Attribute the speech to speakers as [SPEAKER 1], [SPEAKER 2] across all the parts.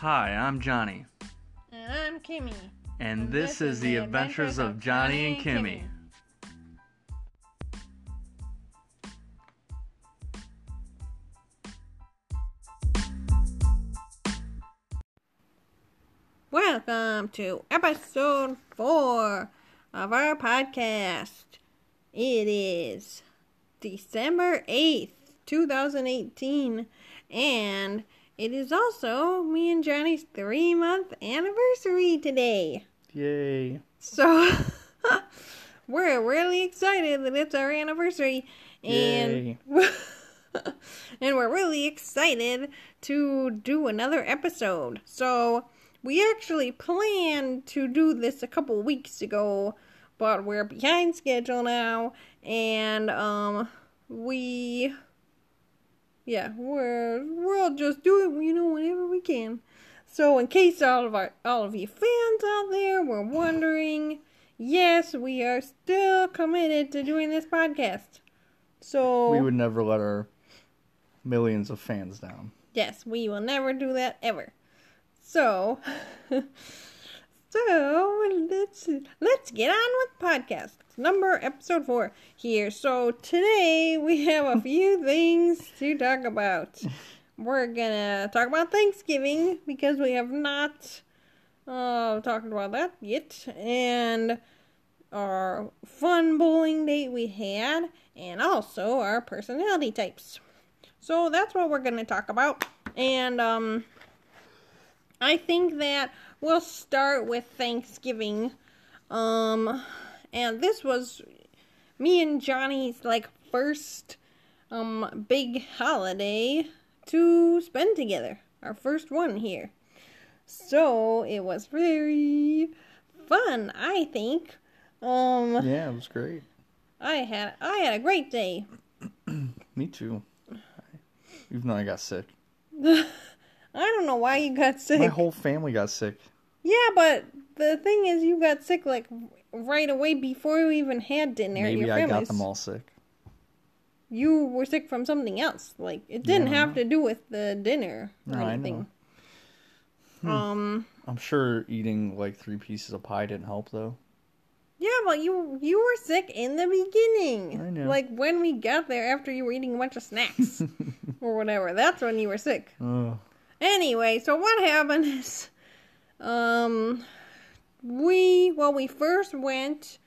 [SPEAKER 1] Hi, I'm Johnny,
[SPEAKER 2] And I'm Kimmy.
[SPEAKER 1] and, this, is The Adventures of Johnny and Kimmy.
[SPEAKER 2] Welcome to episode four of our podcast. It is December 8th, 2018, and it is also me and Johnny's three month anniversary today.
[SPEAKER 1] Yay.
[SPEAKER 2] So we're really excited that it's our anniversary and and we're really excited to do another episode. So we actually planned to do this a couple weeks ago, but we're behind schedule now and um we yeah, we're we're all just doing you know whenever we can. So in case all of our all of you fans out there were wondering, yes, we are still committed to doing this podcast. So
[SPEAKER 1] We would never let our millions of fans down.
[SPEAKER 2] yes, we will never do that ever. So so let's let's get on with podcast number episode four here. So today we have a few things to talk about. We're gonna talk about Thanksgiving because we have not uh talked about that yet and our fun bowling date we had and also our personality types. So that's what we're gonna talk about. And um I think that we'll start with Thanksgiving. Um and this was me and Johnny's like first um big holiday to spend together. Our first one here. So it was very fun, I think. Um
[SPEAKER 1] Yeah, it was great.
[SPEAKER 2] I had I had a great day.
[SPEAKER 1] Me too. Even though I got sick.
[SPEAKER 2] I don't know why you got sick.
[SPEAKER 1] My whole family got sick.
[SPEAKER 2] Yeah, but the thing is, you got sick like right away before you even had dinner at
[SPEAKER 1] Maybe
[SPEAKER 2] your
[SPEAKER 1] I got
[SPEAKER 2] family's.
[SPEAKER 1] them all sick.
[SPEAKER 2] You were sick from something else. Like it didn't
[SPEAKER 1] Yeah, I
[SPEAKER 2] have to do with the dinner or
[SPEAKER 1] No, I
[SPEAKER 2] anything. Um.
[SPEAKER 1] I'm sure eating like three pieces of pie didn't help though.
[SPEAKER 2] Yeah, but you you were sick in the beginning.
[SPEAKER 1] Hmm. I know.
[SPEAKER 2] Like when we got there after you were eating a bunch of snacks or whatever. That's when you were sick.
[SPEAKER 1] Ugh.
[SPEAKER 2] Anyway, so what happened is, um, we well we first went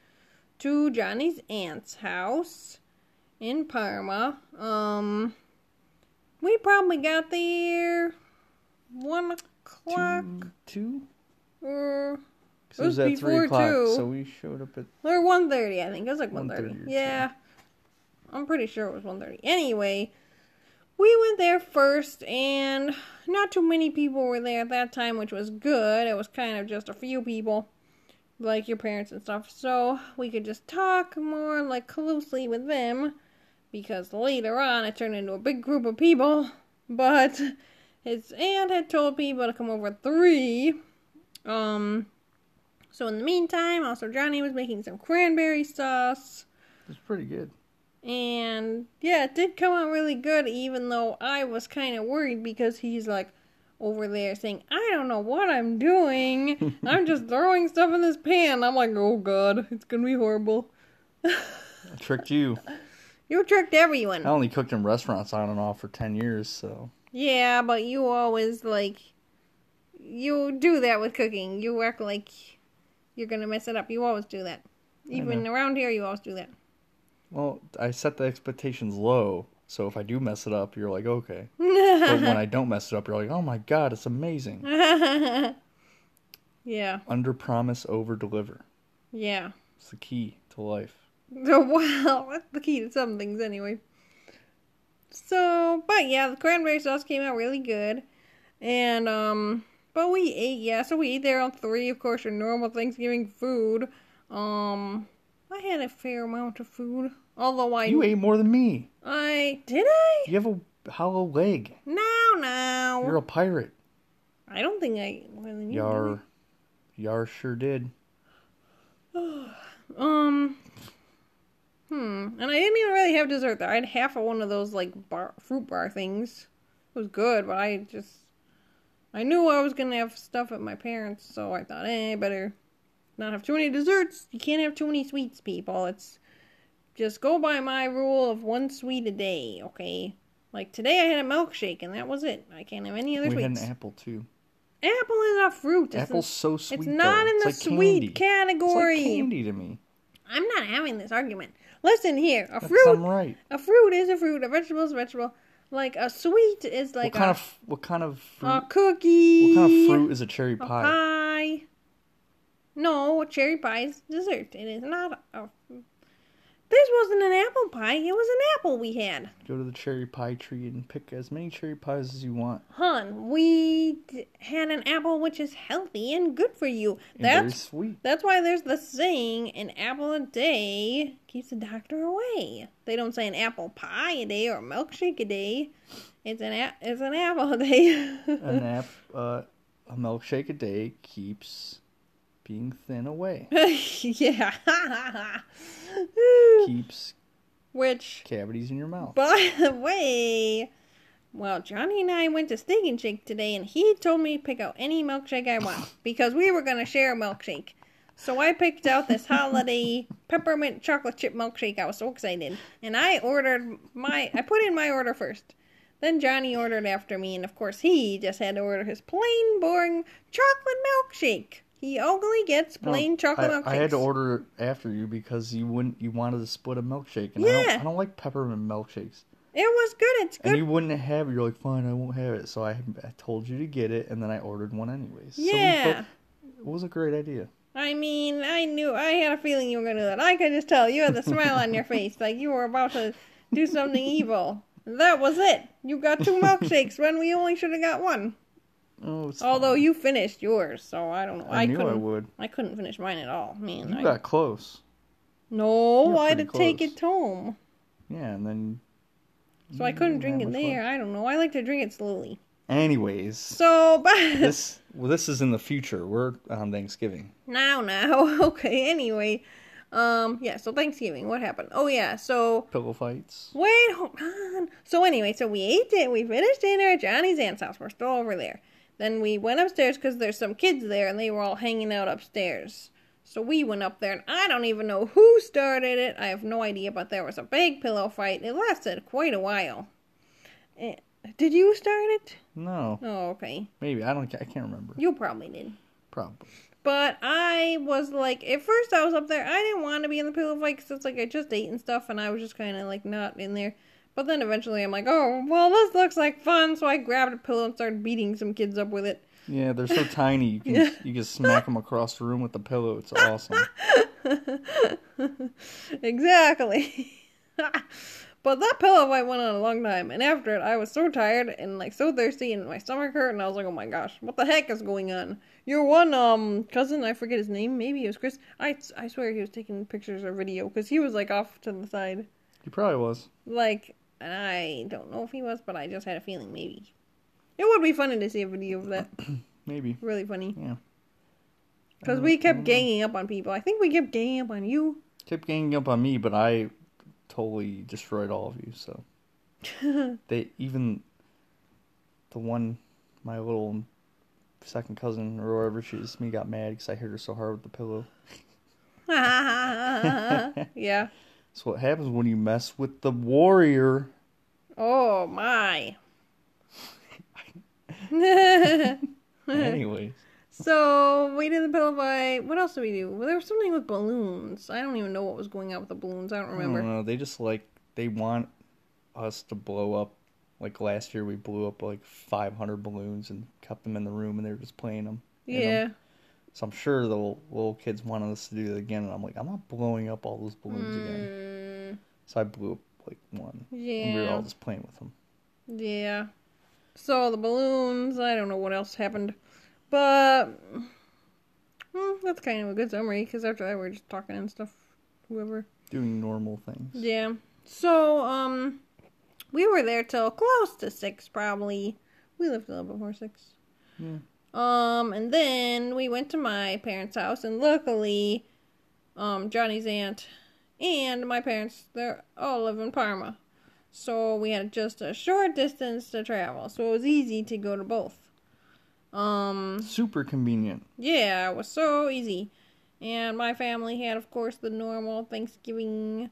[SPEAKER 2] to Johnny's aunt's house in Parma. Um, we probably got there one o'clock
[SPEAKER 1] Two, two?
[SPEAKER 2] or
[SPEAKER 1] 'Cause
[SPEAKER 2] It was
[SPEAKER 1] at
[SPEAKER 2] before two.
[SPEAKER 1] so we showed up at
[SPEAKER 2] or one thirty. I think it was like one
[SPEAKER 1] 1:30
[SPEAKER 2] thirty.
[SPEAKER 1] or
[SPEAKER 2] Yeah, I'm pretty sure it was one thirty. Anyway, we went there first, and not too many people were there at that time, which was good. It was kind of just a few people, like your parents and stuff, so we could just talk more like closely with them. Because later on, it turned into a big group of people, but his aunt had told people to come over at three. Um, so in the meantime, also Johnny was making some cranberry sauce.
[SPEAKER 1] it was pretty good.
[SPEAKER 2] And yeah, it did come out really good, even though I was kind of worried because he's like over there saying, I don't know what I'm doing. I'm just throwing stuff in this pan. I'm like, oh god, it's gonna be horrible.
[SPEAKER 1] I tricked you.
[SPEAKER 2] You tricked everyone.
[SPEAKER 1] I only cooked in restaurants on and off for ten years, so
[SPEAKER 2] Yeah, but you always like you do that with cooking. You act like you're gonna mess it up. You always do that. Even around here, you always do that.
[SPEAKER 1] well, I set the expectations low. So if I do mess it up, you're like, okay. But when I don't mess it up, you're like, oh my god, it's amazing.
[SPEAKER 2] yeah,
[SPEAKER 1] Under promise, over deliver.
[SPEAKER 2] yeah.
[SPEAKER 1] It's the key to life.
[SPEAKER 2] Well, that's the key to some things anyway. So, but yeah, the cranberry sauce came out really good. And, um, but we ate, yeah, so we ate there on three, of course, your normal Thanksgiving food. Um, I had a fair amount of food. Although I,
[SPEAKER 1] You ate more than me.
[SPEAKER 2] I, did I?
[SPEAKER 1] You have a hollow leg.
[SPEAKER 2] No, no.
[SPEAKER 1] You're a pirate.
[SPEAKER 2] I don't think I, well, you-
[SPEAKER 1] Yar, Yar sure did.
[SPEAKER 2] Um. Hmm. And I didn't even really have dessert there. I had half of one of those like bar fruit bar things. It was good, but I just I knew I was gonna have stuff at my parents, so I thought, eh, better not have too many desserts. You can't have too many sweets, people. It's just go by my rule of one sweet a day, okay? Like today, I had a milkshake, and that was it. I can't have any other
[SPEAKER 1] we had an
[SPEAKER 2] sweets.
[SPEAKER 1] apple too.
[SPEAKER 2] apple is a fruit. It's,
[SPEAKER 1] Apple's so sweet.
[SPEAKER 2] it's
[SPEAKER 1] though.
[SPEAKER 2] not in the
[SPEAKER 1] It's like
[SPEAKER 2] sweet
[SPEAKER 1] candy. It's
[SPEAKER 2] category.
[SPEAKER 1] like candy to me.
[SPEAKER 2] I'm not having this argument. Listen here, a
[SPEAKER 1] That's
[SPEAKER 2] fruit, Oh
[SPEAKER 1] I'm right.
[SPEAKER 2] a fruit is a fruit. A vegetable is a vegetable. Like a sweet is
[SPEAKER 1] what
[SPEAKER 2] like
[SPEAKER 1] kind
[SPEAKER 2] a,
[SPEAKER 1] of what kind of fruit?
[SPEAKER 2] a cookie.
[SPEAKER 1] what kind of fruit is a cherry
[SPEAKER 2] A
[SPEAKER 1] pie?
[SPEAKER 2] pie. No, cherry pie is dessert. It is not a. This wasn't an apple pie. It was an apple we had.
[SPEAKER 1] Go to the cherry pie tree and pick as many cherry pies as you want.
[SPEAKER 2] Hun, we d- had an apple which is healthy and good for you.
[SPEAKER 1] And very
[SPEAKER 2] That's
[SPEAKER 1] sweet.
[SPEAKER 2] that's why there's the saying, an apple a day keeps the doctor away. They don't say an apple pie a day or a milkshake a day. It's an a- it's an apple a day.
[SPEAKER 1] An app, uh, a milkshake a day keeps being thin away.
[SPEAKER 2] yeah.
[SPEAKER 1] keeps
[SPEAKER 2] Which
[SPEAKER 1] cavities in your mouth.
[SPEAKER 2] By the way, well, Johnny and I went to Steak and Shake today, and he told me to pick out any milkshake I want because we were going to share a milkshake. So I picked out this holiday peppermint chocolate chip milkshake. I was so excited, and I ordered my. I put in my order first. Then Johnny ordered after me, and of course he just had to order his plain, boring chocolate milkshake. He only gets
[SPEAKER 1] No,
[SPEAKER 2] plain chocolate milkshake.
[SPEAKER 1] I, I had to order after you because you wouldn't. You wanted to split a milkshake, and I,
[SPEAKER 2] Yeah.
[SPEAKER 1] don't, I don't like peppermint milkshakes.
[SPEAKER 2] It was good. It's
[SPEAKER 1] And
[SPEAKER 2] good.
[SPEAKER 1] you wouldn't have it. You're like, fine, I won't have it. So I, I told you to get it, and then I ordered one anyways. So we
[SPEAKER 2] yeah.
[SPEAKER 1] both- it was a great idea.
[SPEAKER 2] I mean, I knew I had a feeling you were gonna do that. I could just tell you had the smile on your face, like you were about to do something evil. That was it. You got two milkshakes when we only should have got one.
[SPEAKER 1] Oh, it's
[SPEAKER 2] Although
[SPEAKER 1] fine.
[SPEAKER 2] you finished yours, so I don't know.
[SPEAKER 1] I,
[SPEAKER 2] I,
[SPEAKER 1] knew I
[SPEAKER 2] couldn't.
[SPEAKER 1] would.
[SPEAKER 2] I, couldn't finish mine at all. Man,
[SPEAKER 1] You
[SPEAKER 2] I,
[SPEAKER 1] got close.
[SPEAKER 2] no,
[SPEAKER 1] were
[SPEAKER 2] I had to
[SPEAKER 1] pretty
[SPEAKER 2] take
[SPEAKER 1] close.
[SPEAKER 2] it home,
[SPEAKER 1] Yeah, and then.
[SPEAKER 2] so I couldn't
[SPEAKER 1] Mm,
[SPEAKER 2] drink
[SPEAKER 1] that
[SPEAKER 2] it
[SPEAKER 1] was
[SPEAKER 2] there. I don't know. I like to drink it slowly.
[SPEAKER 1] Anyways,
[SPEAKER 2] So, but
[SPEAKER 1] this well, this is in the future. We're on Thanksgiving.
[SPEAKER 2] now, now, okay. Anyway, um, yeah. So Thanksgiving, what happened? Oh yeah, so.
[SPEAKER 1] Pillow fights.
[SPEAKER 2] Wait, hold on. So anyway, so we ate it. We finished dinner at Johnny's aunt's house. We're still over there. Then we went upstairs because there's some kids there, and they were all hanging out upstairs. So we went up there, and I don't even know who started it. I have no idea, but there was a big pillow fight. It lasted quite a while. Eh, Did you start it?
[SPEAKER 1] No,
[SPEAKER 2] Oh, okay.
[SPEAKER 1] maybe I don't. I can't remember.
[SPEAKER 2] You probably did.
[SPEAKER 1] Probably.
[SPEAKER 2] But I was like, at first I was up there. I didn't want to be in the pillow fight because it's like I just ate and stuff, and I was just kind of like not in there. But then eventually I'm like, oh, well, this looks like fun. So I grabbed a pillow and started beating some kids up with it.
[SPEAKER 1] Yeah, they're so tiny. You can you can smack them across the room with the pillow. It's awesome.
[SPEAKER 2] exactly. but that pillow fight went on a long time, and after it, I was so tired and like so thirsty, and my stomach hurt, and I was like, "Oh my gosh, what the heck is going on?" Your one um cousin, I forget his name, maybe it was Chris. I I swear he was taking pictures or video because he was like off to the side,
[SPEAKER 1] He probably was.
[SPEAKER 2] like, and I don't know if he was, but I just had a feeling maybe. It would be funny to see a video of that.
[SPEAKER 1] Maybe.
[SPEAKER 2] Really funny.
[SPEAKER 1] Yeah.
[SPEAKER 2] Because we kept ganging up on people. I think we kept ganging up on you.
[SPEAKER 1] Kept ganging up on me, but I totally destroyed all of you. So they even the one my little second cousin or wherever she is, me got mad because I hit her so hard with the pillow.
[SPEAKER 2] yeah.
[SPEAKER 1] That's what happens when you mess with the warrior.
[SPEAKER 2] Oh my.
[SPEAKER 1] Anyways,
[SPEAKER 2] so we did the pillow fight. What else did we do? Well, there was something with balloons. I don't even know what was going on with the balloons. I don't
[SPEAKER 1] I don't
[SPEAKER 2] remember.
[SPEAKER 1] know, They just like they want us to blow up. Like last year, we blew up like 500 balloons and kept them in the room, and they were just playing them.
[SPEAKER 2] yeah.
[SPEAKER 1] So I'm sure the little, little kids wanted us to do it again, and I'm like, I'm not blowing up all those balloons again.
[SPEAKER 2] Mm,
[SPEAKER 1] So I blew up like one. And we were
[SPEAKER 2] yeah.
[SPEAKER 1] all just playing with them.
[SPEAKER 2] Yeah. So the balloons. I don't know what else happened, but mm, that's kind of a good summary. Because after that, we are just talking and stuff. Whoever.
[SPEAKER 1] Doing normal things.
[SPEAKER 2] Yeah. So, um, we were there till close to six, probably. We left a little before six.
[SPEAKER 1] Yeah.
[SPEAKER 2] Um, and then we went to my parents' house, and luckily, um, Johnny's aunt and my parents, they're all live in Parma. So we had just a short distance to travel, so it was easy to go to both. Um,
[SPEAKER 1] Super convenient.
[SPEAKER 2] yeah, it was so easy. And my family had, of course, the normal Thanksgiving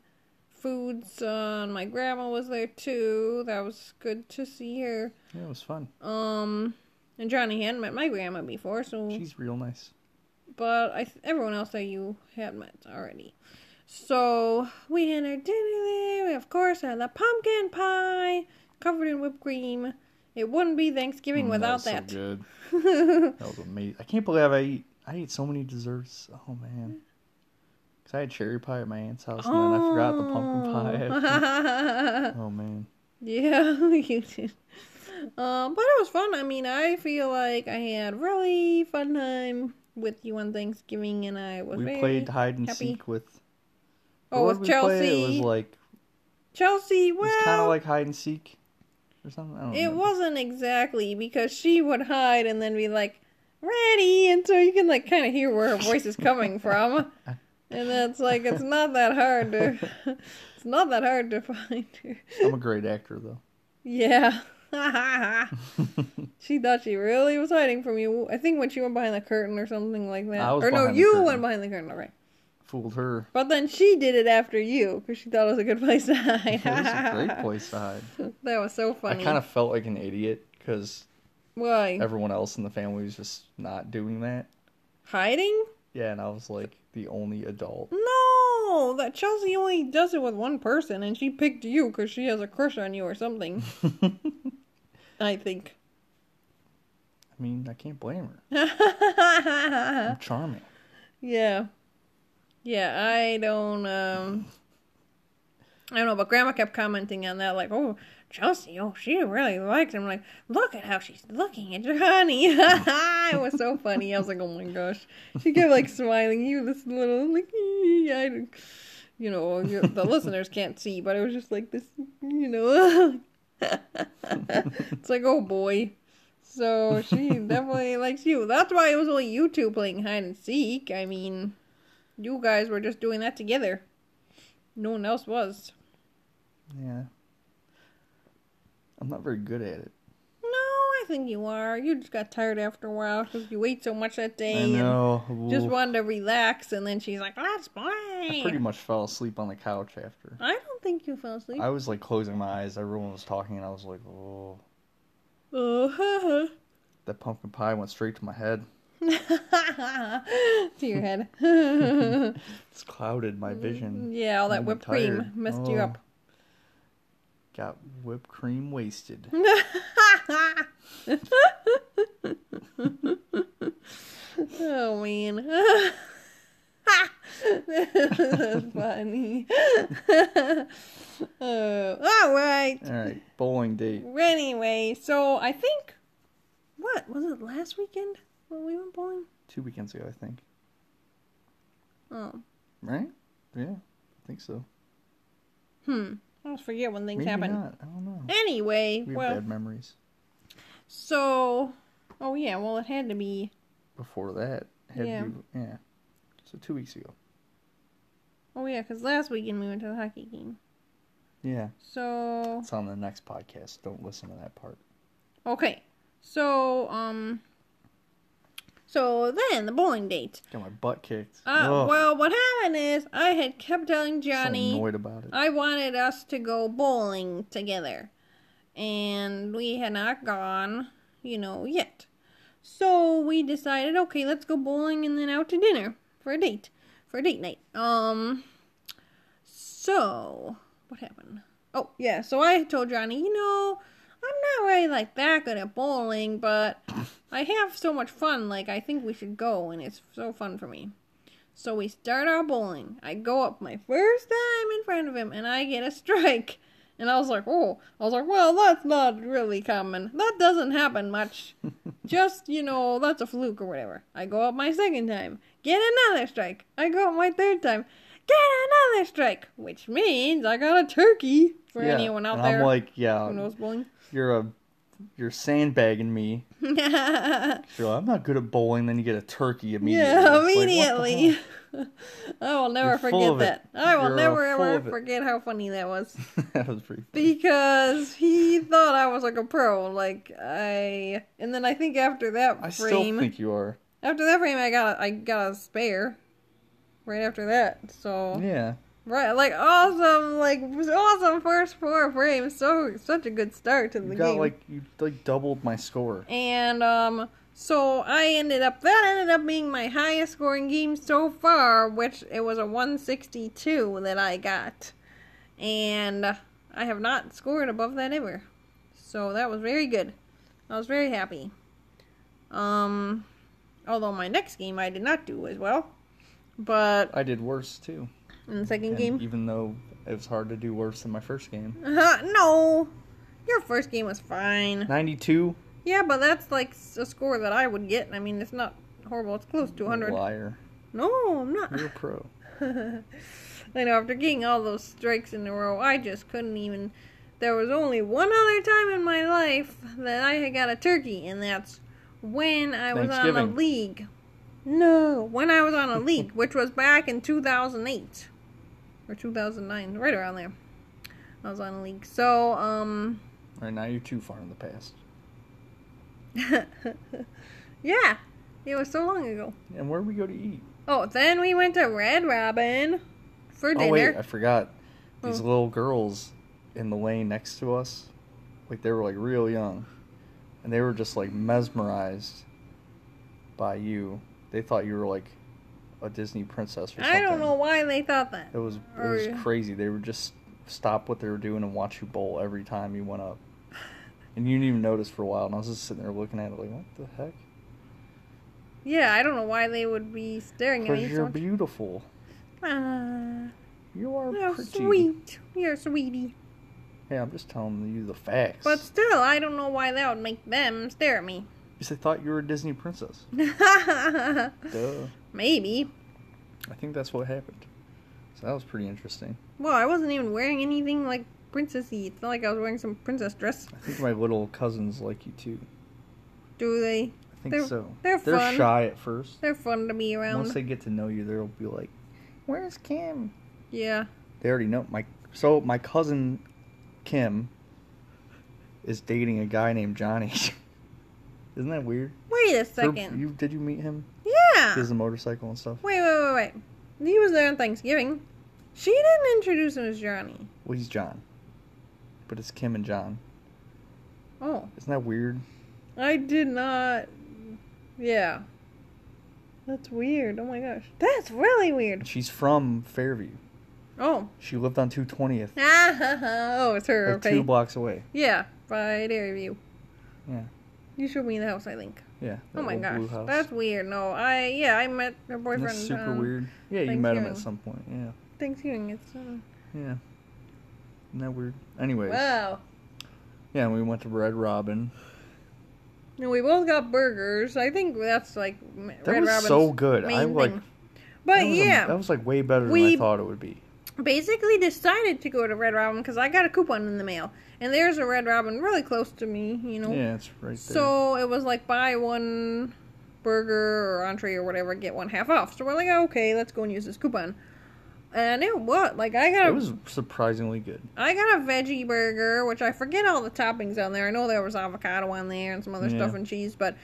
[SPEAKER 2] foods. Uh, and my grandma was there too. That was good to see her.
[SPEAKER 1] Yeah, it was fun.
[SPEAKER 2] Um, and Johnny hadn't met my grandma before, so
[SPEAKER 1] She's real nice.
[SPEAKER 2] but I th- everyone else that you had met already. So we had our dinner there. We of course had the pumpkin pie covered in whipped cream. It wouldn't be Thanksgiving
[SPEAKER 1] Mm,
[SPEAKER 2] without
[SPEAKER 1] that.
[SPEAKER 2] that.
[SPEAKER 1] was so good. That was amazing. I can't believe I ate. I ate so many desserts. Oh man. Cause I had cherry pie at my aunt's house, and then I forgot the pumpkin pie.
[SPEAKER 2] pie.
[SPEAKER 1] oh man.
[SPEAKER 2] yeah, you did. Um, but it was fun. I mean, I feel like I had a really fun time with you on Thanksgiving, and I was
[SPEAKER 1] we
[SPEAKER 2] very
[SPEAKER 1] played hide and
[SPEAKER 2] happy.
[SPEAKER 1] seek with.
[SPEAKER 2] oh
[SPEAKER 1] what
[SPEAKER 2] with
[SPEAKER 1] did we play?
[SPEAKER 2] Chelsea.
[SPEAKER 1] It was like
[SPEAKER 2] Chelsea,
[SPEAKER 1] it
[SPEAKER 2] well,
[SPEAKER 1] was kind of like um, hide and seek, or something. I don't
[SPEAKER 2] It
[SPEAKER 1] remember.
[SPEAKER 2] wasn't exactly because she would hide and then be like, ready. And so you can like kind of hear where her voice is coming from. And that's like, it's not that hard to, it's not that hard to find her.
[SPEAKER 1] I'm a great actor though.
[SPEAKER 2] Yeah. she thought she really was hiding from you. I think when she went behind the curtain or something like that.
[SPEAKER 1] I was
[SPEAKER 2] or no,
[SPEAKER 1] behind the
[SPEAKER 2] you
[SPEAKER 1] curtain.
[SPEAKER 2] went behind the curtain, all right.
[SPEAKER 1] Fooled her.
[SPEAKER 2] But then she did it after you because she thought it was a good place to hide.
[SPEAKER 1] It was a great place to hide.
[SPEAKER 2] that was so funny.
[SPEAKER 1] I kind of felt like an idiot because
[SPEAKER 2] Why?
[SPEAKER 1] everyone else in the family was just not doing that.
[SPEAKER 2] Hiding?
[SPEAKER 1] Yeah, and I was like the only adult.
[SPEAKER 2] No, that Chelsea only does it with one person, and she picked you because she has a crush on you or something.
[SPEAKER 1] I
[SPEAKER 2] I think.
[SPEAKER 1] mean, I can't blame her.
[SPEAKER 2] yeah,
[SPEAKER 1] I'm charming.
[SPEAKER 2] yeah. I don't. um I don't know, but Grandma kept commenting on that, like, "Oh, Chelsea, oh, she really likes him." Like, look at how she's looking at Johnny. it was so funny. I was like, "Oh my gosh!" She kept like smiling. You, this little like, I don't. you know, you- the listeners can't see, but it was just like this, you know. it's like, oh boy. So she definitely likes you. That's why it was only you two playing hide and seek. I mean, you guys were just doing that together. No one else was.
[SPEAKER 1] Yeah. I'm not very good at it.
[SPEAKER 2] No, I think you are. You just got tired after a while because you ate so much that day.
[SPEAKER 1] I know.
[SPEAKER 2] And just
[SPEAKER 1] Oof.
[SPEAKER 2] wanted to relax, and then she's like, let's play.
[SPEAKER 1] I pretty much fell asleep on the couch after.
[SPEAKER 2] I don't think you fell asleep.
[SPEAKER 1] I was like closing my eyes. Everyone was talking, and I was like, oh,
[SPEAKER 2] Uh-huh.
[SPEAKER 1] that pumpkin pie went straight to my head.
[SPEAKER 2] to your head.
[SPEAKER 1] It's clouded my vision.
[SPEAKER 2] yeah, Mm-hmm. all that
[SPEAKER 1] I'm
[SPEAKER 2] whipped cream
[SPEAKER 1] tired.
[SPEAKER 2] messed you
[SPEAKER 1] Oh.
[SPEAKER 2] up.
[SPEAKER 1] Got whipped cream wasted.
[SPEAKER 2] oh man. That's funny. oh, all right.
[SPEAKER 1] All right, bowling date.
[SPEAKER 2] Anyway, so I think what was it last weekend when we went bowling?
[SPEAKER 1] Two weekends ago, I think.
[SPEAKER 2] Oh,
[SPEAKER 1] Right? Yeah, I think so.
[SPEAKER 2] hmm. I always forget when things
[SPEAKER 1] Maybe
[SPEAKER 2] happen.
[SPEAKER 1] not. I don't know.
[SPEAKER 2] Anyway,
[SPEAKER 1] We have
[SPEAKER 2] well,
[SPEAKER 1] bad memories.
[SPEAKER 2] so oh yeah, well it had to be.
[SPEAKER 1] Before that, had
[SPEAKER 2] Yeah.
[SPEAKER 1] yeah. yeah. So two weeks ago.
[SPEAKER 2] Oh yeah, because last weekend we went to the hockey game.
[SPEAKER 1] Yeah,
[SPEAKER 2] So
[SPEAKER 1] it's on the next podcast. Don't listen to that part.
[SPEAKER 2] Okay. So, um so then the bowling date.
[SPEAKER 1] Got my butt kicked.
[SPEAKER 2] Uh
[SPEAKER 1] Ugh,
[SPEAKER 2] well what happened is I had kept telling
[SPEAKER 1] so
[SPEAKER 2] Johnny
[SPEAKER 1] annoyed about it.
[SPEAKER 2] I wanted us to go bowling together. And we had not gone, you know, yet. So we decided, okay, let's go bowling and then out to dinner for a date. For a date night. Um so what happened? Oh, yeah, so I told Johnny, you know, I'm not really like that good at bowling, but I have so much fun, like I think we should go and it's so fun for me. So we start our bowling. I go up my first time in front of him and I get a strike. And I was like, oh, I was like, well, that's not really common. That doesn't happen much. Just, you know, that's a fluke or whatever. I go up my second time, get another strike. I go up my third time, get another strike, which means I got a turkey for
[SPEAKER 1] Yeah,
[SPEAKER 2] anyone out
[SPEAKER 1] and
[SPEAKER 2] there
[SPEAKER 1] I'm like,
[SPEAKER 2] who
[SPEAKER 1] yeah,
[SPEAKER 2] knows bowling.
[SPEAKER 1] you're a you're sandbagging me. You're like, I'm not good at bowling. Then you get a turkey immediately. It's
[SPEAKER 2] yeah,
[SPEAKER 1] like, what the
[SPEAKER 2] immediately.
[SPEAKER 1] heck?
[SPEAKER 2] I will never
[SPEAKER 1] You're full
[SPEAKER 2] forget
[SPEAKER 1] of it.
[SPEAKER 2] that. I will
[SPEAKER 1] You're
[SPEAKER 2] never
[SPEAKER 1] full
[SPEAKER 2] ever
[SPEAKER 1] of it.
[SPEAKER 2] forget how funny that was
[SPEAKER 1] that was pretty funny.
[SPEAKER 2] because he thought I was like a pro. Like I, and then I think after that
[SPEAKER 1] I still
[SPEAKER 2] frame,
[SPEAKER 1] think you are.
[SPEAKER 2] after that frame, I got a, I got a spare. Right after that, so
[SPEAKER 1] Yeah.
[SPEAKER 2] right, like awesome, like awesome first four frames. So such a good start to the
[SPEAKER 1] You got
[SPEAKER 2] game.
[SPEAKER 1] like you like doubled my score.
[SPEAKER 2] And um so I ended up that ended up being my highest scoring game so far, which it was a 162 that I got. And I have not scored above that ever. So that was very good. I was very happy. Um although my next game I did not do as well. But
[SPEAKER 1] I did worse too.
[SPEAKER 2] in the second
[SPEAKER 1] And
[SPEAKER 2] game,
[SPEAKER 1] Even though it was hard to do worse than my first game.
[SPEAKER 2] uh, no. Your first game was fine.
[SPEAKER 1] Ninety two
[SPEAKER 2] Yeah, but that's like s- a score that I would get. I mean, it's not horrible. It's close to 100.
[SPEAKER 1] liar.
[SPEAKER 2] No, I'm
[SPEAKER 1] You're a
[SPEAKER 2] not.
[SPEAKER 1] pro.
[SPEAKER 2] I know, after getting all those strikes in a row, I just couldn't even. There was only one other time in my life that I had got a turkey, and that's when I was on a
[SPEAKER 1] Thanksgiving.
[SPEAKER 2] league. No, when I was on a league, which was back in 2008 or 2009, right around there. I was on a league. So, um.
[SPEAKER 1] Right now you're too far in the past.
[SPEAKER 2] yeah, it was so long ago.
[SPEAKER 1] And where do we go to eat?
[SPEAKER 2] Oh, then we went to Red Robin for
[SPEAKER 1] Oh wait,
[SPEAKER 2] dinner.
[SPEAKER 1] I forgot. These
[SPEAKER 2] Hmm.
[SPEAKER 1] little girls in the lane next to us, like they were like real young, and they were just like mesmerized by you. They thought you were like a Disney princess or something.
[SPEAKER 2] I, don't know why they thought that.
[SPEAKER 1] It was it
[SPEAKER 2] Or-
[SPEAKER 1] was crazy. They would just stop what they were doing and watch you bowl every time you went up, and you didn't even notice for a while. And I was just sitting there looking at it like, what the heck?
[SPEAKER 2] Yeah, I don't know why they would be staring at
[SPEAKER 1] Because
[SPEAKER 2] me
[SPEAKER 1] you're
[SPEAKER 2] so much.
[SPEAKER 1] beautiful.
[SPEAKER 2] Ah,
[SPEAKER 1] You are
[SPEAKER 2] you're
[SPEAKER 1] Oh, pretty.
[SPEAKER 2] sweet. You're sweetie.
[SPEAKER 1] Yeah, I'm just telling you the facts.
[SPEAKER 2] But still, I don't know why that would make them stare at me.
[SPEAKER 1] Because they thought you were a Disney princess. Duh.
[SPEAKER 2] Maybe.
[SPEAKER 1] I think that's what happened. So that was pretty interesting.
[SPEAKER 2] Well, I wasn't even wearing anything like princessy. It's not like I was wearing some princess dress.
[SPEAKER 1] I think my little cousins like you too.
[SPEAKER 2] Do they?
[SPEAKER 1] I think
[SPEAKER 2] They're-
[SPEAKER 1] so.
[SPEAKER 2] they're fun.
[SPEAKER 1] shy at first.
[SPEAKER 2] They're fun to be
[SPEAKER 1] Once
[SPEAKER 2] around.
[SPEAKER 1] they get to know you, they'll be like, "Where's Kim?"
[SPEAKER 2] yeah.
[SPEAKER 1] They already know my. So my cousin Kim is dating a guy named Johnny. Isn't that weird?
[SPEAKER 2] Wait a
[SPEAKER 1] You're-
[SPEAKER 2] second.
[SPEAKER 1] You did you meet him?
[SPEAKER 2] yeah.
[SPEAKER 1] He has a motorcycle and stuff.
[SPEAKER 2] Wait, wait, wait, wait. He was there on Thanksgiving. She didn't introduce him as Johnny.
[SPEAKER 1] Well, he's John, but it's Kim and John.
[SPEAKER 2] Oh,
[SPEAKER 1] Isn't that weird?
[SPEAKER 2] I did not. Yeah. That's weird. Oh my gosh. That's really
[SPEAKER 1] And
[SPEAKER 2] weird.
[SPEAKER 1] she's from Fairview.
[SPEAKER 2] Oh.
[SPEAKER 1] She lived on 220th,
[SPEAKER 2] oh, it's her.
[SPEAKER 1] like
[SPEAKER 2] Okay.
[SPEAKER 1] two blocks away.
[SPEAKER 2] yeah, by dare you.
[SPEAKER 1] Yeah.
[SPEAKER 2] You showed me the house, I think.
[SPEAKER 1] Yeah.
[SPEAKER 2] oh
[SPEAKER 1] that
[SPEAKER 2] my
[SPEAKER 1] old
[SPEAKER 2] gosh.
[SPEAKER 1] blue house.
[SPEAKER 2] That's weird. No, I, yeah, I met her
[SPEAKER 1] And
[SPEAKER 2] boyfriend. um,
[SPEAKER 1] That's super
[SPEAKER 2] on
[SPEAKER 1] weird. Yeah, you met him
[SPEAKER 2] Thanksgiving.
[SPEAKER 1] at some point. Yeah.
[SPEAKER 2] Thanksgiving. It's, um,
[SPEAKER 1] Yeah. Isn't that weird? Anyways.
[SPEAKER 2] wow.
[SPEAKER 1] Yeah, and we went to Red Robin.
[SPEAKER 2] No, we both got burgers. I think that's like m- Red
[SPEAKER 1] That was
[SPEAKER 2] Robin's
[SPEAKER 1] so good. I
[SPEAKER 2] main
[SPEAKER 1] like.
[SPEAKER 2] thing.
[SPEAKER 1] that
[SPEAKER 2] But
[SPEAKER 1] was a-
[SPEAKER 2] yeah.
[SPEAKER 1] that was like way better than
[SPEAKER 2] We-
[SPEAKER 1] I thought it would be.
[SPEAKER 2] basically decided to go to Red Robin because I got a coupon in the mail, and there's a Red Robin really close to me, you know.
[SPEAKER 1] Yeah, it's right there.
[SPEAKER 2] so it was like buy one burger or entree or whatever, get one half off. So we're like, oh, okay, let's go and use this coupon. And it what like I got a I
[SPEAKER 1] it was surprisingly good.
[SPEAKER 2] got a veggie burger, which I forget all the toppings on there. I know there was avocado on there and some other
[SPEAKER 1] Yeah.
[SPEAKER 2] stuff and cheese, but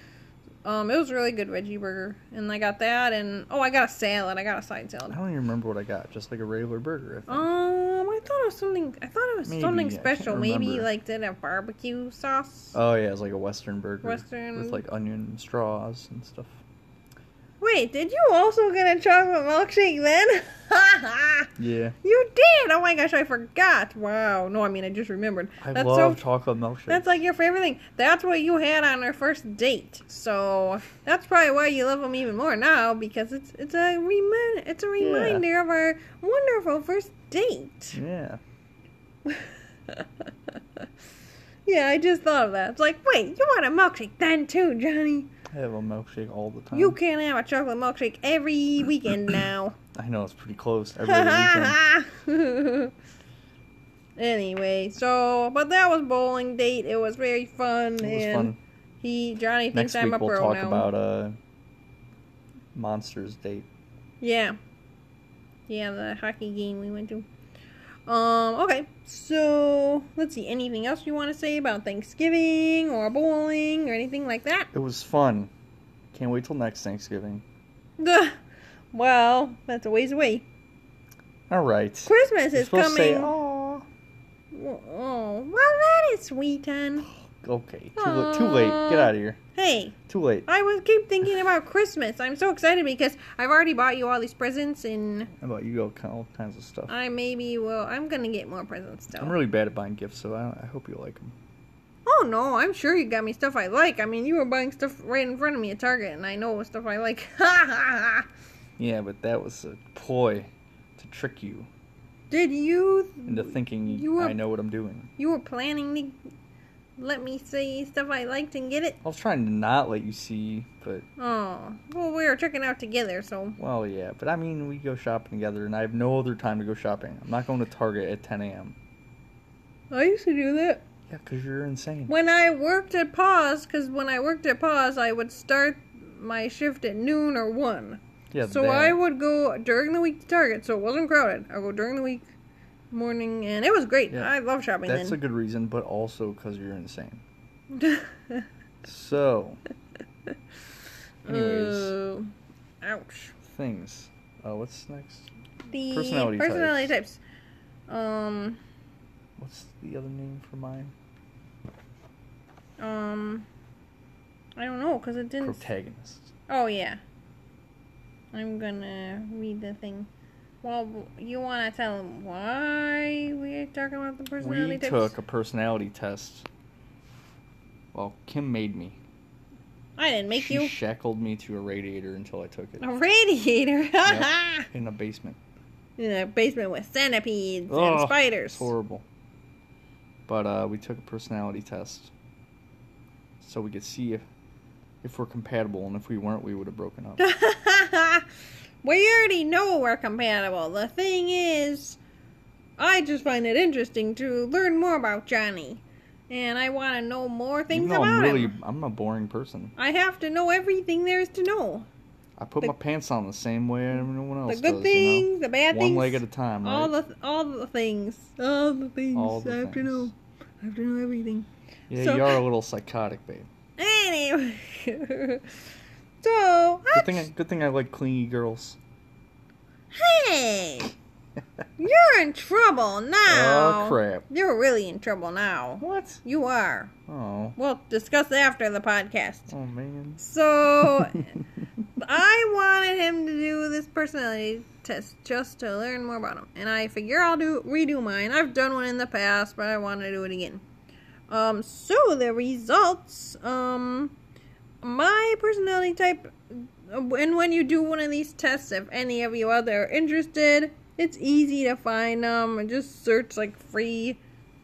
[SPEAKER 2] um, it was a really good veggie burger, and I got that, and oh, I got a salad. I got a side salad.
[SPEAKER 1] I don't even remember what I got. Just like a regular burger. I think.
[SPEAKER 2] Um, I thought it was something. I thought it was
[SPEAKER 1] Maybe,
[SPEAKER 2] something
[SPEAKER 1] I can't
[SPEAKER 2] special. Maybe
[SPEAKER 1] remember.
[SPEAKER 2] like did a barbecue sauce.
[SPEAKER 1] Oh yeah, it's like a Western burger
[SPEAKER 2] Western-
[SPEAKER 1] with like onion and straws and stuff.
[SPEAKER 2] Wait, did you also get a chocolate milkshake then?
[SPEAKER 1] Yeah,
[SPEAKER 2] you did. Oh my gosh, I forgot. Wow. No, I mean I just remembered.
[SPEAKER 1] I
[SPEAKER 2] that's
[SPEAKER 1] love
[SPEAKER 2] so.
[SPEAKER 1] chocolate milkshake.
[SPEAKER 2] That's like your favorite thing. That's what you had on our first date. So that's probably why you love them even more now because it's it's a remind it's a reminder of our wonderful first date.
[SPEAKER 1] yeah,
[SPEAKER 2] yeah, I just thought of that. It's like, wait, you want a milkshake then too, Johnny?
[SPEAKER 1] I have a milkshake all the time.
[SPEAKER 2] You can't have a chocolate milkshake every weekend now.
[SPEAKER 1] I know it's pretty close every weekend.
[SPEAKER 2] anyway, so but that was bowling date. It was very fun.
[SPEAKER 1] It was
[SPEAKER 2] and
[SPEAKER 1] fun.
[SPEAKER 2] He Johnny thinks
[SPEAKER 1] Next
[SPEAKER 2] I'm
[SPEAKER 1] week
[SPEAKER 2] a
[SPEAKER 1] we'll
[SPEAKER 2] pro
[SPEAKER 1] talk
[SPEAKER 2] now.
[SPEAKER 1] about uh, monsters date.
[SPEAKER 2] yeah, Yeah, the hockey game we went to. Um, okay, so let's see. Anything else you want to say about Thanksgiving or bowling or anything like that?
[SPEAKER 1] It was fun. Can't wait till next Thanksgiving.
[SPEAKER 2] Ugh. well, that's a ways away.
[SPEAKER 1] All right.
[SPEAKER 2] Christmas
[SPEAKER 1] You're
[SPEAKER 2] is
[SPEAKER 1] supposed
[SPEAKER 2] coming.
[SPEAKER 1] to say, "Aw."
[SPEAKER 2] oh, well, that is sweet, hon.
[SPEAKER 1] Okay. Too, li- too late. Get out of here.
[SPEAKER 2] Hey,
[SPEAKER 1] Too late.
[SPEAKER 2] I was keep thinking about Christmas. I'm so excited because I've already bought you all these presents, and
[SPEAKER 1] How about you go kind all kinds of stuff?
[SPEAKER 2] I maybe will. I'm gonna get more presents though.
[SPEAKER 1] I'm really bad at buying gifts, so I, I hope you like them.
[SPEAKER 2] Oh no, I'm sure you got me stuff I like. I mean, you were buying stuff right in front of me at Target, and I know what stuff I like. Ha ha ha!
[SPEAKER 1] Yeah, but that was a ploy to trick you
[SPEAKER 2] Did you?
[SPEAKER 1] into thinking
[SPEAKER 2] You were-
[SPEAKER 1] I know what I'm doing.
[SPEAKER 2] You were planning to let me say stuff I liked and get it?
[SPEAKER 1] I was trying to not let you see, but
[SPEAKER 2] Oh, well, we were checking out together, so
[SPEAKER 1] well, yeah. But I mean, we go shopping together, and I have no other time to go shopping. I'm not going to Target at 10 a.m.
[SPEAKER 2] I used to do that.
[SPEAKER 1] Yeah, 'cause you're insane.
[SPEAKER 2] When I worked at Paws, because when I worked at Paws, I would start my shift at noon or one.
[SPEAKER 1] Yeah,
[SPEAKER 2] so
[SPEAKER 1] that.
[SPEAKER 2] I would go during the week to Target, so it wasn't crowded. I go during the week, morning, and it was great.
[SPEAKER 1] Yeah.
[SPEAKER 2] I love shopping
[SPEAKER 1] That's a
[SPEAKER 2] then.
[SPEAKER 1] good reason, but also 'cause you're insane. So, anyways,
[SPEAKER 2] Ooh. Oh, ouch.
[SPEAKER 1] things. Uh, what's next?
[SPEAKER 2] The
[SPEAKER 1] Personality
[SPEAKER 2] personality,
[SPEAKER 1] types.
[SPEAKER 2] types. Um,
[SPEAKER 1] What's the other name for mine?
[SPEAKER 2] um, I don't know because it didn't. s-
[SPEAKER 1] Protagonist.
[SPEAKER 2] Oh yeah. I'm gonna read the thing. Well, w- you want to tell them why we're talking about the personality
[SPEAKER 1] We
[SPEAKER 2] types?
[SPEAKER 1] took a personality test. Well, Kim made me.
[SPEAKER 2] I didn't make
[SPEAKER 1] she
[SPEAKER 2] you
[SPEAKER 1] shackled me to a radiator until I took it
[SPEAKER 2] a radiator.
[SPEAKER 1] Yep. in a basement.
[SPEAKER 2] In a basement with centipedes and
[SPEAKER 1] Ugh,
[SPEAKER 2] spiders.
[SPEAKER 1] It's horrible. But uh, we took a personality test so we could see if if we're compatible, and if we weren't, we would have broken up.
[SPEAKER 2] we already know we're compatible. The thing is, I just find it interesting to learn more about Johnny, and I want to know more
[SPEAKER 1] Even
[SPEAKER 2] things
[SPEAKER 1] though
[SPEAKER 2] about
[SPEAKER 1] I'm really
[SPEAKER 2] him.
[SPEAKER 1] I'm a boring person.
[SPEAKER 2] I have to know everything there is to know.
[SPEAKER 1] I put
[SPEAKER 2] The-
[SPEAKER 1] my pants on the same way everyone else
[SPEAKER 2] The good
[SPEAKER 1] does.
[SPEAKER 2] things,
[SPEAKER 1] you
[SPEAKER 2] the
[SPEAKER 1] know?
[SPEAKER 2] bad
[SPEAKER 1] One
[SPEAKER 2] things,
[SPEAKER 1] leg at a time, right?
[SPEAKER 2] all the all the things, all the things.
[SPEAKER 1] All the
[SPEAKER 2] I have to
[SPEAKER 1] things.
[SPEAKER 2] know. I have to know everything.
[SPEAKER 1] yeah,
[SPEAKER 2] so-
[SPEAKER 1] you are a little psychotic, babe.
[SPEAKER 2] Anyway, so I
[SPEAKER 1] Good thing, I, good thing I like clingy girls.
[SPEAKER 2] hey, you're in trouble now.
[SPEAKER 1] Oh crap!
[SPEAKER 2] You're really in trouble now.
[SPEAKER 1] What?
[SPEAKER 2] You are.
[SPEAKER 1] Oh,
[SPEAKER 2] We'll discuss after the podcast.
[SPEAKER 1] oh man.
[SPEAKER 2] So, I wanted him to do this personality test just to learn more about him, and I figure I'll do redo mine. I've done one in the past, but I want to do it again. Um, so the results. Um, my personality type, and when you do one of these tests, if any of you out there are interested, it's easy to find them. And Just search like free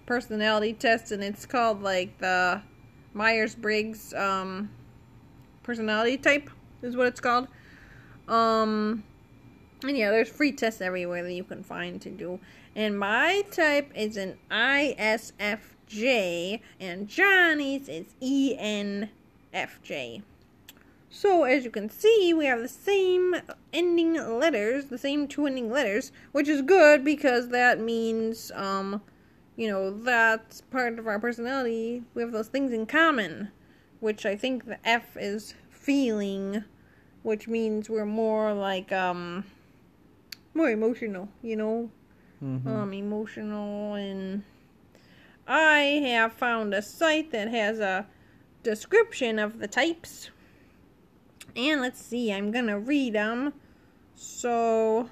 [SPEAKER 2] personality tests, and it's called like the Myers Briggs um personality type is what it's called. Um, and yeah, there's free tests everywhere that you can find to do. And my type is an ISFJ, and Johnny's is E ENFJ. So as you can see, we have the same ending letters, the same two ending letters, which is good because that means, um, you know, that's part of our personality. We have those things in common which I think the F is feeling, which means we're more like um more emotional, you know,
[SPEAKER 1] Mhm.
[SPEAKER 2] um emotional and I have found a site that has a description of the types. And let's see, I'm going to read them. So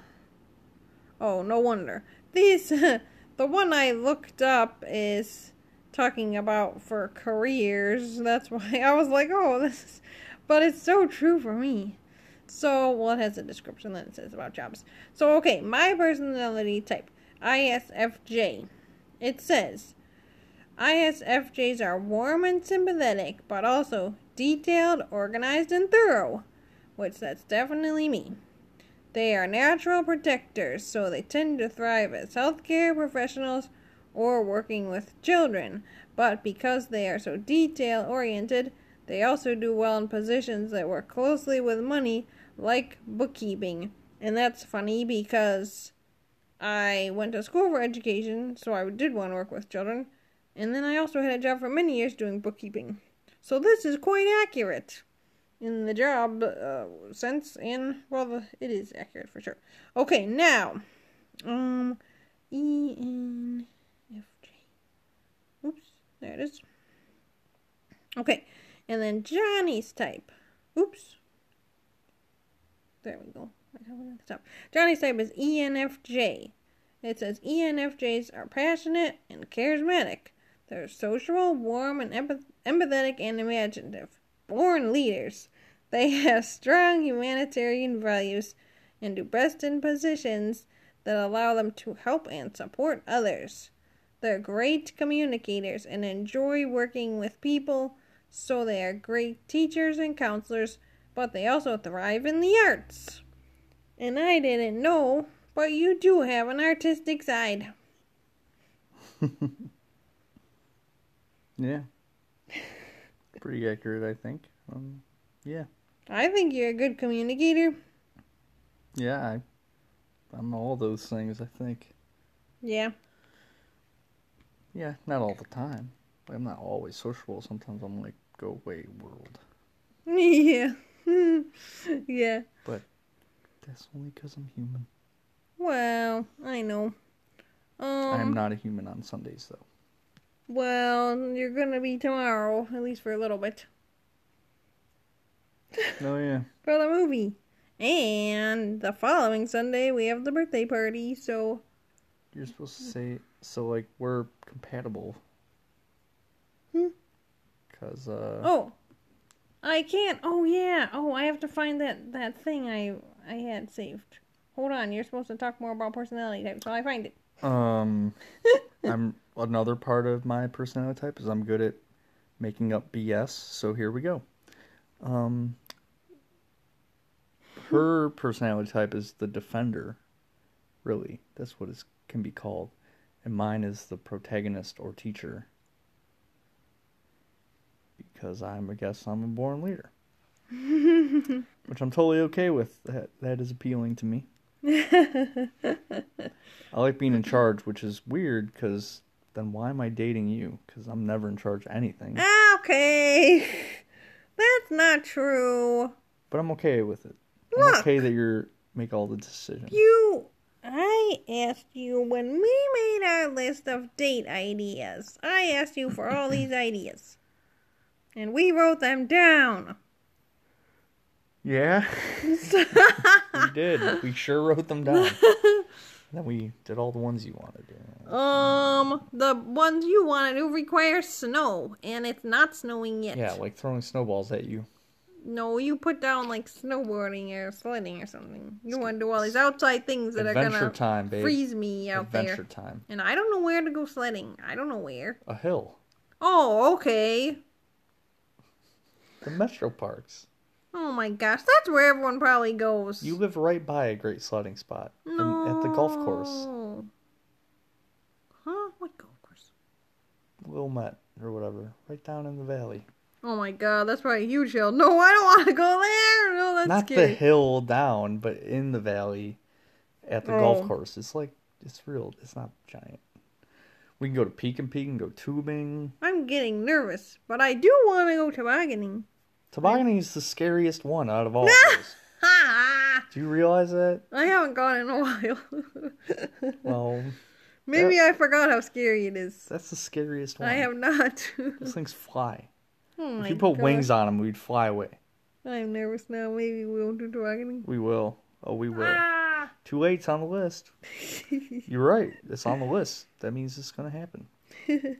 [SPEAKER 2] Oh, no wonder. These the one I looked up is talking about for careers. That's why I was like, oh, this is, but it's so true for me. So, well, it has a description that says about jobs. So, okay, my personality type ISFJ. It says ISFJs are warm and sympathetic, but also detailed, organized, and thorough, which that's definitely me. They are natural protectors, so they tend to thrive as healthcare professionals or working with children. But because they are so detail oriented, they also do well in positions that work closely with money, like bookkeeping, And that's funny because I went to school for education, so I did want to work with children. And then I also had a job for many years doing bookkeeping. So this is quite accurate in the job uh, sense, and well, the, it is accurate for sure. Okay, now, um, E N F J. Oops, there it is. Okay, and then Johnny's type. Oops. There we go. I have it at the top. Johnny's type is E ENFJ. It says E ENFJs are passionate and charismatic. They're social, warm, and empath- empathetic and imaginative. Born leaders. They have strong humanitarian values and do best in positions that allow them to help and support others. They're great communicators and enjoy working with people, so they are great teachers and counselors, but they also thrive in the arts. And I didn't know, but you do have an artistic side.
[SPEAKER 1] Yeah. Pretty accurate, I think. Um, yeah.
[SPEAKER 2] I think you're a good communicator.
[SPEAKER 1] Yeah, I, I'm all those things, I think.
[SPEAKER 2] Yeah.
[SPEAKER 1] Yeah, not all the time. Like, I'm not always sociable. Sometimes I'm like, go away, world.
[SPEAKER 2] Yeah. yeah.
[SPEAKER 1] That's only 'cause I'm human.
[SPEAKER 2] Well, I know. Um,
[SPEAKER 1] I am not a human on Sundays, though.
[SPEAKER 2] Well, you're going to be tomorrow, at least for a little bit,
[SPEAKER 1] Oh, yeah.
[SPEAKER 2] for the movie. And the following Sunday, we have the birthday party, so
[SPEAKER 1] You're supposed to say, so, like, we're compatible.
[SPEAKER 2] Hmm.
[SPEAKER 1] Because, uh,
[SPEAKER 2] Oh, I can't. Oh yeah. Oh, I have to find that that thing I I had saved. Hold on. You're supposed to talk more about personality types. So I find it.
[SPEAKER 1] Um, I'm another part of my personality type is I'm good at making up BS. So here we go. Um, her personality type is the defender. Really, that's what it can be called, and mine is the protagonist or teacher. Because I'm, I guess, I'm a born leader, which I'm totally okay with. That that is appealing to me. I like being in charge, which is weird because then why am I dating you? Because I'm never in charge of anything.
[SPEAKER 2] okay. That's not true.
[SPEAKER 1] But I'm okay with it. I'm
[SPEAKER 2] Look.
[SPEAKER 1] okay that you're make all the decisions.
[SPEAKER 2] You. I asked you when we made our list of date ideas. I asked you for all these ideas. And we wrote them down.
[SPEAKER 1] Yeah, we did. We sure wrote them down. And then we did all the ones you wanted.
[SPEAKER 2] Um, the ones you want to do require snow, and it's not snowing yet.
[SPEAKER 1] Yeah, like throwing snowballs at you.
[SPEAKER 2] No, you put down like snowboarding or sledding or something. You want to do all these outside things that are
[SPEAKER 1] Adventure
[SPEAKER 2] gonna
[SPEAKER 1] time, babe.
[SPEAKER 2] freeze me out
[SPEAKER 1] Adventure
[SPEAKER 2] there.
[SPEAKER 1] time.
[SPEAKER 2] And I don't know where to go sledding. I don't know where.
[SPEAKER 1] A hill.
[SPEAKER 2] Oh, okay.
[SPEAKER 1] The metro parks.
[SPEAKER 2] Oh my gosh, that's where everyone probably goes.
[SPEAKER 1] You live right by a great sledding spot in-
[SPEAKER 2] no.
[SPEAKER 1] at the golf course,
[SPEAKER 2] Huh? What golf course?
[SPEAKER 1] Wilmette or whatever, right down in the valley.
[SPEAKER 2] Oh my god, that's probably a huge hill. No, I don't want to go there. No, that's
[SPEAKER 1] not the
[SPEAKER 2] scary.
[SPEAKER 1] hill down, but in the valley at the
[SPEAKER 2] Oh.
[SPEAKER 1] golf course. It's like it's real. It's not giant. We can go to Peak and Peak and go tubing.
[SPEAKER 2] I'm getting nervous, but I do want to go tobogganing.
[SPEAKER 1] Tobogganing is the scariest one out of all of those.
[SPEAKER 2] Ha!
[SPEAKER 1] Do you realize that?
[SPEAKER 2] I haven't gone in a while.
[SPEAKER 1] Well,
[SPEAKER 2] Maybe I forgot how scary it is.
[SPEAKER 1] that's the scariest one.
[SPEAKER 2] I have not.
[SPEAKER 1] Those things fly.
[SPEAKER 2] oh my
[SPEAKER 1] if you put
[SPEAKER 2] God.
[SPEAKER 1] wings on them, we'd fly away.
[SPEAKER 2] I'm nervous now. Maybe we won't do tobogganing.
[SPEAKER 1] We will. Oh, we will.
[SPEAKER 2] Ah!
[SPEAKER 1] Too late's on the list. You're right. It's on the list. That means it's gonna happen.
[SPEAKER 2] I'm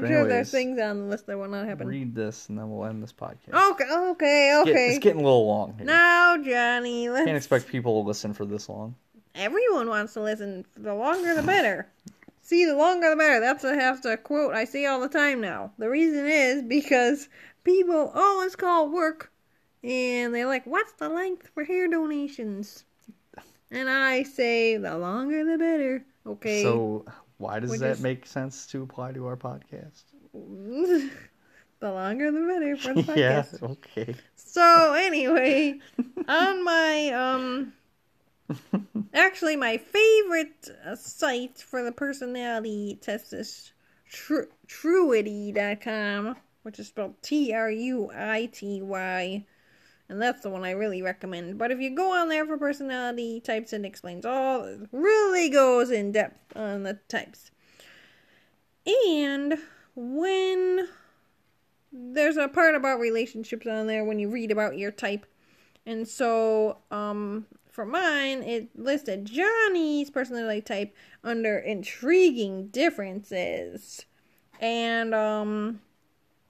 [SPEAKER 1] But
[SPEAKER 2] sure there's
[SPEAKER 1] anyways,
[SPEAKER 2] things on the list that will not happen.
[SPEAKER 1] Read this, and then we'll end this podcast.
[SPEAKER 2] Okay, okay,
[SPEAKER 1] Get-
[SPEAKER 2] okay.
[SPEAKER 1] it's getting a little long. Here.
[SPEAKER 2] now, Johnny, let's.
[SPEAKER 1] Can't expect people to listen for this long.
[SPEAKER 2] Everyone wants to listen. The longer, the better. See, the longer, the better. That's a have to quote I say all the time now. The reason is because people always call work, and they're like, "What's the length for hair donations?" And I say, "The longer, the better." Okay.
[SPEAKER 1] So, why does
[SPEAKER 2] We're
[SPEAKER 1] that
[SPEAKER 2] just-
[SPEAKER 1] make sense to apply to our podcast?
[SPEAKER 2] the longer, the better for the podcast.
[SPEAKER 1] okay.
[SPEAKER 2] So anyway, on my um Actually, my favorite uh, site for the personality test is tru- truity.com, which is spelled T R U I T Y. And that's the one I really recommend. But if you go on there for personality types, it explains all, it really goes in depth on the types. And when there's a part about relationships on there when you read about your type. And so, um, for mine, it listed Johnny's personality type under intriguing differences, and um,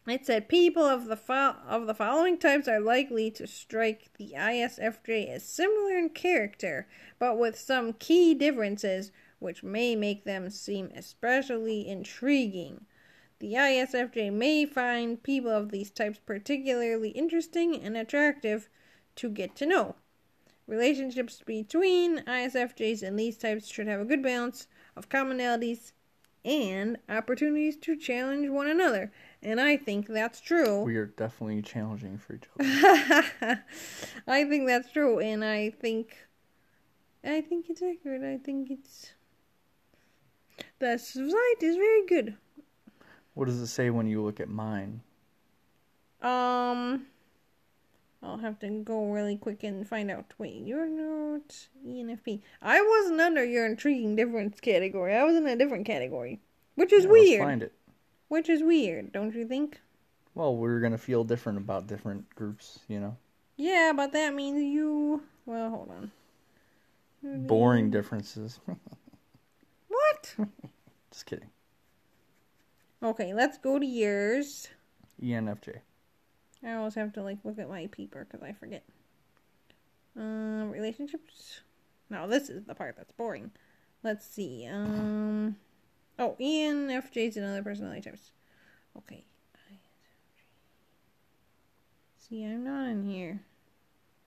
[SPEAKER 2] it said people of the fo- of the following types are likely to strike the ISFJ as similar in character, but with some key differences which may make them seem especially intriguing. The ISFJ may find people of these types particularly interesting and attractive to get to know. Relationships between ISFJs and these types should have a good balance of commonalities and opportunities to challenge one another. And I think that's true.
[SPEAKER 1] We are definitely challenging for each other.
[SPEAKER 2] I think that's true, and I think, I think it's accurate. I think it's the site is very good.
[SPEAKER 1] What does it say when you look at mine?
[SPEAKER 2] Um, I'll have to go really quick and find out. Wait, you're not E ENFP. I wasn't under your intriguing difference category. I was in a different category, which is
[SPEAKER 1] Yeah, let's
[SPEAKER 2] weird.
[SPEAKER 1] find it.
[SPEAKER 2] Which is weird, don't you think?
[SPEAKER 1] Well, we're gonna feel different about different groups, you know.
[SPEAKER 2] Yeah, but that means you. Well, hold on. Mm-hmm.
[SPEAKER 1] Boring differences.
[SPEAKER 2] What?
[SPEAKER 1] Just kidding.
[SPEAKER 2] Okay, let's go to yours.
[SPEAKER 1] E ENFJ.
[SPEAKER 2] I always have to like look at my paper because I forget. Uh, relationships. No, this is the part that's boring. Let's see. Um. Oh, ENFJs and other personality types. Okay. See, I'm not in here.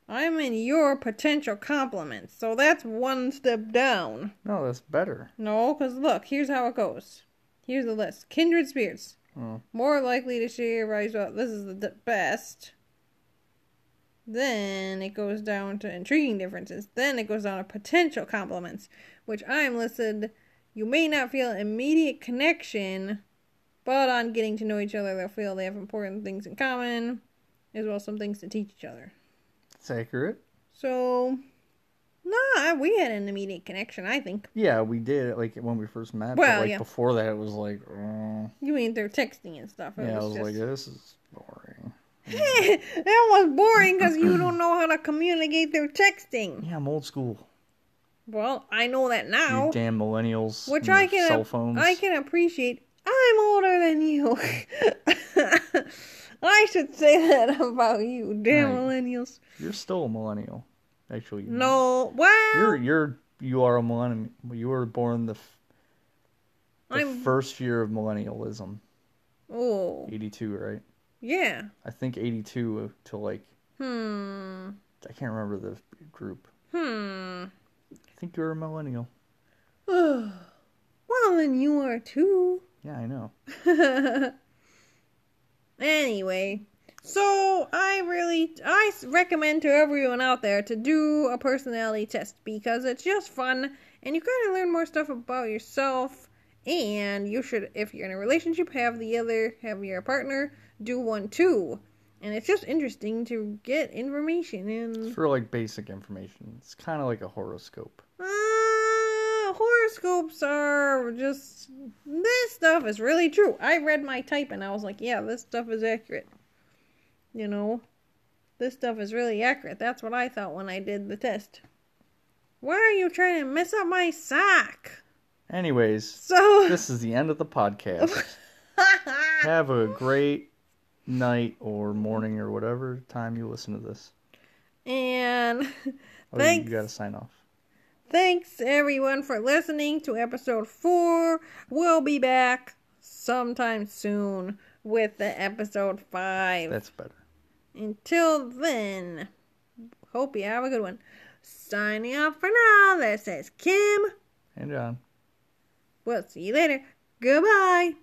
[SPEAKER 2] I'm in your potential compliments, so that's one step down.
[SPEAKER 1] No, that's better.
[SPEAKER 2] No, because look, here's how it goes. Here's the list. Kindred spirits.
[SPEAKER 1] Mm.
[SPEAKER 2] More likely to share rise well. This is the d- best. Then it goes down to intriguing differences. Then it goes down to potential compliments, which I am listed. You may not feel immediate connection, but on getting to know each other, they'll feel they have important things in common, as well as some things to teach each other.
[SPEAKER 1] It's accurate.
[SPEAKER 2] So, nah, we had an immediate connection, I think.
[SPEAKER 1] Yeah, we did like when we first met.
[SPEAKER 2] Well,
[SPEAKER 1] but, like
[SPEAKER 2] yeah.
[SPEAKER 1] before that, it was like, uh,
[SPEAKER 2] You mean through texting and stuff? It
[SPEAKER 1] yeah, I
[SPEAKER 2] was
[SPEAKER 1] was
[SPEAKER 2] just-
[SPEAKER 1] like, this is boring.
[SPEAKER 2] that was boring because you don't know how to communicate through texting.
[SPEAKER 1] Yeah, I'm old school.
[SPEAKER 2] Well, I know that
[SPEAKER 1] You
[SPEAKER 2] now,
[SPEAKER 1] damn millennials.
[SPEAKER 2] which
[SPEAKER 1] and
[SPEAKER 2] I
[SPEAKER 1] your
[SPEAKER 2] can
[SPEAKER 1] cell phones.
[SPEAKER 2] I can appreciate. I'm older than you. I should say that about you, damn
[SPEAKER 1] Right.
[SPEAKER 2] millennials.
[SPEAKER 1] You're still a millennial. Actually, you're not.
[SPEAKER 2] No, wow,
[SPEAKER 1] You're you're you are a millennial. You were born the, f- the
[SPEAKER 2] I'm.
[SPEAKER 1] first year of millennialism,
[SPEAKER 2] oh,
[SPEAKER 1] '82, right?
[SPEAKER 2] yeah.
[SPEAKER 1] I think '82 to like
[SPEAKER 2] Hmm.
[SPEAKER 1] I can't remember the group.
[SPEAKER 2] Hmm.
[SPEAKER 1] I think you're a millennial.
[SPEAKER 2] well, then you are too.
[SPEAKER 1] Yeah, I know.
[SPEAKER 2] anyway, so I really I s- recommend to everyone out there to do a personality test because it's just fun and you kind of learn more stuff about yourself and you should if you're in a relationship have the other have your partner do one too. And it's just interesting to get information
[SPEAKER 1] It's
[SPEAKER 2] and
[SPEAKER 1] for like basic information. It's kind of like a horoscope.
[SPEAKER 2] uh, horoscopes are just this stuff is really true. I read my type and I was like, yeah, this stuff is accurate. You know, this stuff is really accurate. That's what I thought when I did the test. Why are you trying to mess up my sock?
[SPEAKER 1] Anyways,
[SPEAKER 2] So,
[SPEAKER 1] this is the end of the podcast. Have a great night or morning or whatever time you listen to this.
[SPEAKER 2] and
[SPEAKER 1] Oh, you-
[SPEAKER 2] Thanks.
[SPEAKER 1] you gotta sign off.
[SPEAKER 2] thanks everyone for listening to episode four. We'll be back sometime soon with the episode five.
[SPEAKER 1] That's better.
[SPEAKER 2] Until then, hope you have a good one. Signing off for now. This is Kim.
[SPEAKER 1] And John.
[SPEAKER 2] We'll see you later. Goodbye.